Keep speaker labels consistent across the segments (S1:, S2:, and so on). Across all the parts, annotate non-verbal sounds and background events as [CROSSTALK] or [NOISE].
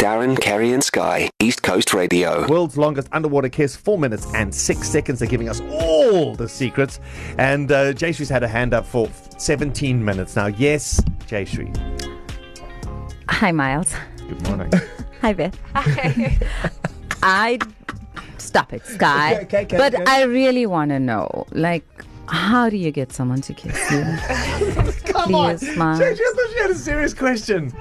S1: Darren, Kerry, and Sky, East Coast Radio.
S2: World's longest underwater kiss, four minutes and six seconds. They're giving us all the secrets. And uh, Jayshree's had a hand up for 17 minutes now. Yes, Jayshree.
S3: Hi, Miles.
S2: Good morning.
S3: [LAUGHS] Hi, Beth. [LAUGHS] I stop it, Sky.
S2: Okay, okay, okay,
S3: but
S2: okay.
S3: I really want to know, like, how do you get someone to kiss
S2: [LAUGHS]
S3: you?
S2: Come
S3: Please, Miles.
S2: Jayshree, I thought she had a serious question.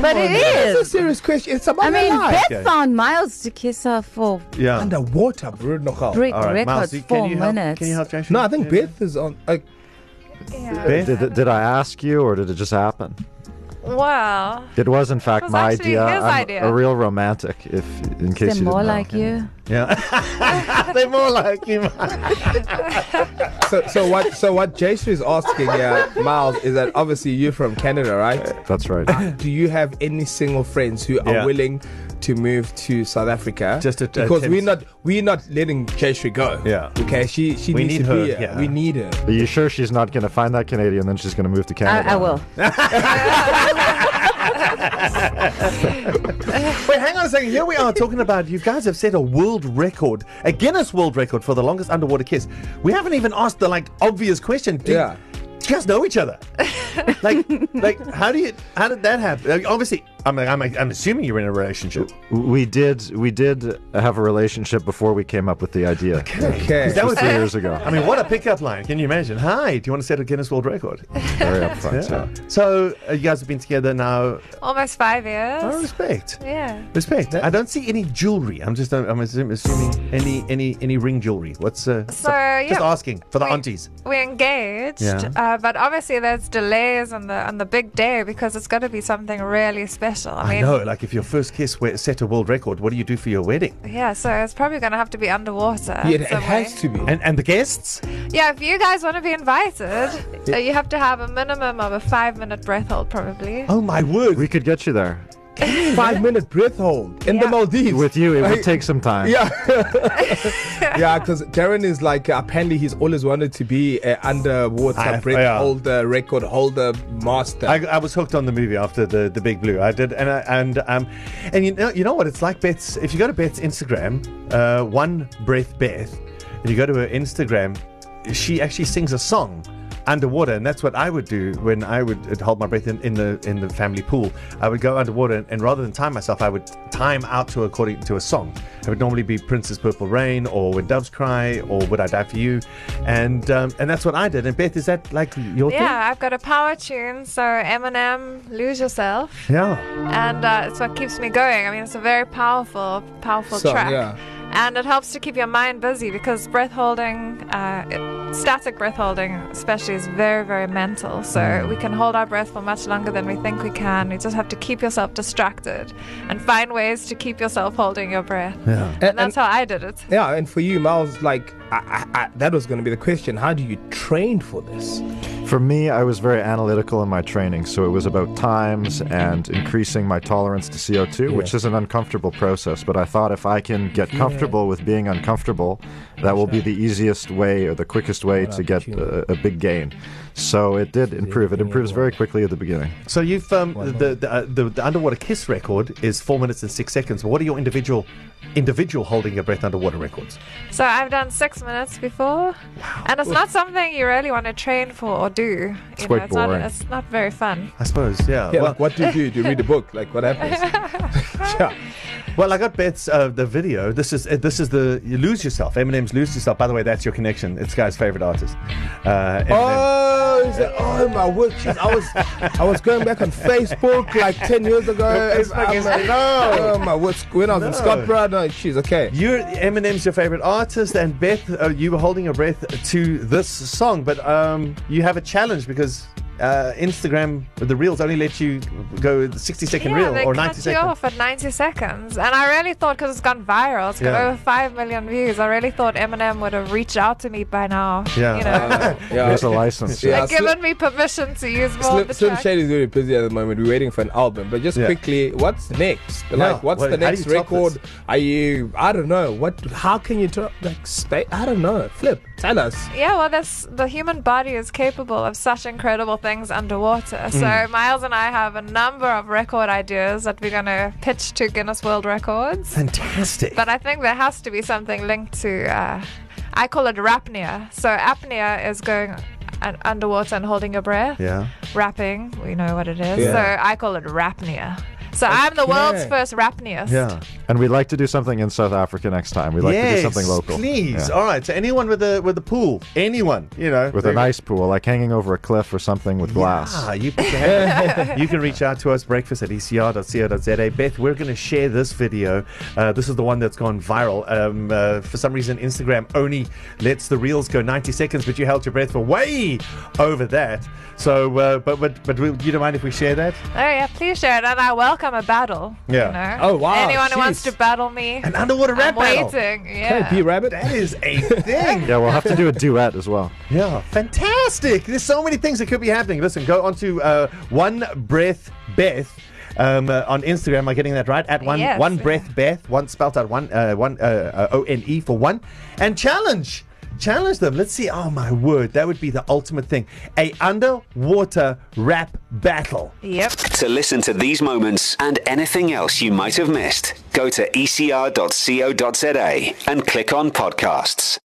S3: but it
S4: It's a
S3: is.
S4: serious question. It's about
S3: I mean,
S4: life.
S3: Beth
S2: Okay.
S3: found Miles to kiss her for
S2: Yeah.
S4: Underwater, bro. No, how?
S3: break
S2: All right,
S3: record
S2: Miles, you-
S3: four
S2: can you help?
S3: minutes.
S2: Can you help Jayshree?
S4: No, I think Beth is on. Uh,
S2: Beth?
S5: Did, did I ask you, or did it just happen?
S6: Wow.
S5: It was, in fact,
S6: was
S5: my
S6: actually
S5: idea.
S6: his
S5: I'm
S6: idea.
S5: a real romantic, if in case
S3: They're
S5: you
S3: more
S5: didn't know.
S3: like you.
S2: Yeah. They're more like [LAUGHS] you.
S4: so, so what? So what? Jason is asking, yeah, Miles, is that obviously you're from Canada, right?
S5: That's right.
S4: Do you have any single friends who
S2: Yeah.
S4: are willing to move to South Africa?
S2: Just to- to
S4: because we're
S2: attempt-
S4: not we're not letting Jayshree go.
S2: Yeah.
S4: Okay. She she
S2: We
S4: needs
S2: need
S4: to
S2: her,
S4: be here.
S2: yeah.
S4: We need her.
S5: Are you sure she's not going to find that Canadian, then she's going to move to Canada?
S3: I, I will.
S2: Wait, hang on a second. Here we are
S6: [LAUGHS]
S2: talking about you guys have set a world record, a Guinness World Record for the longest underwater kiss. We haven't even asked the like obvious question. Do
S4: Yeah.
S2: you, do you guys know each
S6: [LAUGHS]
S2: other? like, like how do you? How did that happen? Like, obviously, I'm, I'm I'm assuming you're in a relationship.
S5: We did. We did have a relationship before we came up with the idea.
S3: [LAUGHS]
S4: Okay.
S2: That was
S5: Three years ago.
S2: I mean, what a pickup line! Can you imagine? Hi, do you want to set a Guinness World
S6: [LAUGHS]
S2: Record?
S3: [LAUGHS]
S5: very upfront.
S2: Yeah.
S5: Yeah.
S2: So uh, you guys have been together now.
S6: Almost five
S2: I
S6: years.
S2: respect.
S6: Yeah.
S2: Respect. I don't see any jewelry. I'm just I'm assuming, assuming any any any ring jewelry. What's uh,
S6: So,
S2: just
S6: yeah.
S2: asking for the
S6: We-
S2: aunties.
S6: We're engaged,
S2: Yeah.
S6: uh, but obviously there's delays on the on the big day because it's got to be something really special. I,
S2: I
S6: mean,
S2: know, like if your first kiss were- set a world record, what do you do for your wedding?
S6: yeah. So it's probably going to have to be underwater.
S4: Yeah, it,
S6: in some
S4: it has
S6: way.
S4: to be.
S2: And and the guests?
S6: Yeah, if you guys want to be invited, uh, you have to have a minimum of a five minute breath hold, probably.
S2: Oh my word!
S5: We could get you there.
S4: Five minute breath hold in the
S6: Yeah.
S4: Maldives.
S5: With you, it would take some time.
S4: Yeah. yeah, because Darren is like, apparently he's always wanted to be an underwater
S2: I-
S4: breath
S2: yeah.
S4: holder, record holder, master.
S2: I, I was hooked on the movie after the, the Big Blue. I did, and I, and um, and you know you know what it's like. Beth's if you go to Beth's Instagram, uh, one breath Beth, and you go to her Instagram, she actually sings a song underwater, and that's what I would do when I would uh, hold my breath in, in the in the family pool. I would go underwater, and, and rather than time myself, I would time out to according to a song. It would normally be Prince's Purple Rain, or When Doves Cry, or Would I Die for You, and um, and that's what I did. And Beth, is that like your
S6: Yeah, I've got a power tune, so Eminem, "Lose Yourself,"
S2: thing? Yeah.
S6: and uh, it's what keeps me going. I mean, it's a very powerful, powerful
S4: Song,
S6: track,
S4: yeah.
S6: and it helps to keep your mind busy because breath holding, uh, it, static breath holding, especially, is very, very mental. So we can hold our breath for much longer than we think we can. You just have to keep yourself distracted and find ways to keep yourself holding your breath.
S2: Yeah.
S6: And that's how I did it.
S4: Yeah, and for you, Miles, like I, I, I, that was going to be the question. How do you train for this?
S5: For me, I was very analytical in my training, so it was about times and increasing my tolerance to CO2, which is an uncomfortable process. But I thought if I can get comfortable with being uncomfortable, that will be the easiest way or the quickest way to get a, a big gain. So it did improve. It improves very quickly at the beginning.
S2: So you've um, the the, uh, the the underwater kiss record is four minutes and six seconds. But what are your individual individual holding your breath underwater records?
S6: So I've done six minutes before, and it's not something you really want to train for or do. It's
S5: quite
S6: it's
S5: boring.
S6: Not, it's not very fun.
S2: I suppose, yeah.
S4: Yeah,
S2: well,
S4: like what do you do? Do you read a book? Like what
S6: [LAUGHS]
S4: happens? yeah.
S2: well, I got Beth's uh, the video. This is uh, this is the you lose yourself. Eminem's lose yourself. By the way, that's your connection. It's guy's favorite artist. Uh, Eminem.
S4: Oh, is it- oh my word! Jeez, I was, I was going back on Facebook like ten years ago.
S2: Your Facebook
S4: I'm
S2: is-
S4: like,
S2: no.
S4: Oh my word! When I was in
S2: No.
S4: Scotland, no, she's okay.
S2: You're Eminem's your favorite artist, and Beth, uh, you were holding your breath to this song, but um, you have a challenge because uh, Instagram, the reels only let you go 60 second
S6: yeah,
S2: reel
S6: they
S2: or
S6: cut
S2: 90
S6: you
S2: second.
S6: off at 90 seconds, and I really thought because it's gone viral, it's got
S2: Yeah.
S6: over five million views. I really thought Eminem would have reached out to me by now.
S2: Yeah.
S6: You know,
S4: [LAUGHS] Yeah.
S5: There's a license.
S4: Uh, Yeah.
S6: and given me permission to use more of
S4: Slim,
S6: the
S4: Slim
S6: track.
S4: Shady is very busy at the moment. We're waiting for an album, but just
S2: Yeah.
S4: quickly, what's next?
S2: Yeah,
S4: Like, what's
S2: well,
S4: the
S2: how do
S4: next
S2: you top
S4: record?
S2: this?
S4: Are you? I don't know. What? How can you talk? Like, stay. I don't know. Flip. Tell us.
S6: Yeah, well, this the human body is capable of such incredible things underwater.
S2: Mm.
S6: So Miles and I have a number of record ideas that we're going to pitch to Guinness World Records.
S2: Fantastic.
S6: But I think there has to be something linked to. Uh, I call it rapnea. So apnea is going un- underwater and holding your breath.
S2: yeah.
S6: Rapping, we know what it is.
S4: Yeah.
S6: So I call it rapnea. So I'm the world's
S4: Okay.
S6: first rapneist.
S2: Yeah.
S5: And we'd like to do something in South Africa next time. We'd like to do something local.
S2: Please.
S5: Yeah.
S2: All right. So anyone with a with a pool, anyone, you know,
S5: With an ice pool, like hanging over a cliff or something with glass.
S2: Ah, you, put your hand- you can reach out to us, breakfast at E ecr.co.za. Beth, we're going to share this video. Uh, this is the one that's gone viral. Um, uh, for some reason, Instagram only lets the reels go 90 seconds, but you held your breath for way over that. So, uh, but, but, but we- you don't mind if we share that?
S6: Oh yeah, please share it, and I welcome a battle. you
S2: Yeah.
S6: know?
S4: Oh, wow,
S6: Anyone who wants
S4: jeez.
S6: to battle me,
S2: An underwater rap
S6: I'm
S2: battle.
S6: waiting. Yeah.
S4: Hey, B Rabbit.
S2: That is a
S5: [LAUGHS]
S2: thing.
S5: Yeah, we'll have to do a duet as well.
S2: yeah, fantastic. There's so many things that could be happening. Listen, go on to uh, One Breath Beth. Um, uh, on Instagram, am I getting that right? At one
S6: Yes,
S2: one
S6: yeah.
S2: breath Beth, one spelt out one uh, one uh, O N E for one, and challenge, challenge them. Let's see. Oh my word, that would be the ultimate thing. A underwater rap battle.
S6: Yep.
S1: To listen to these moments and anything else you E might have missed, go to ecr.co.za and click on podcasts.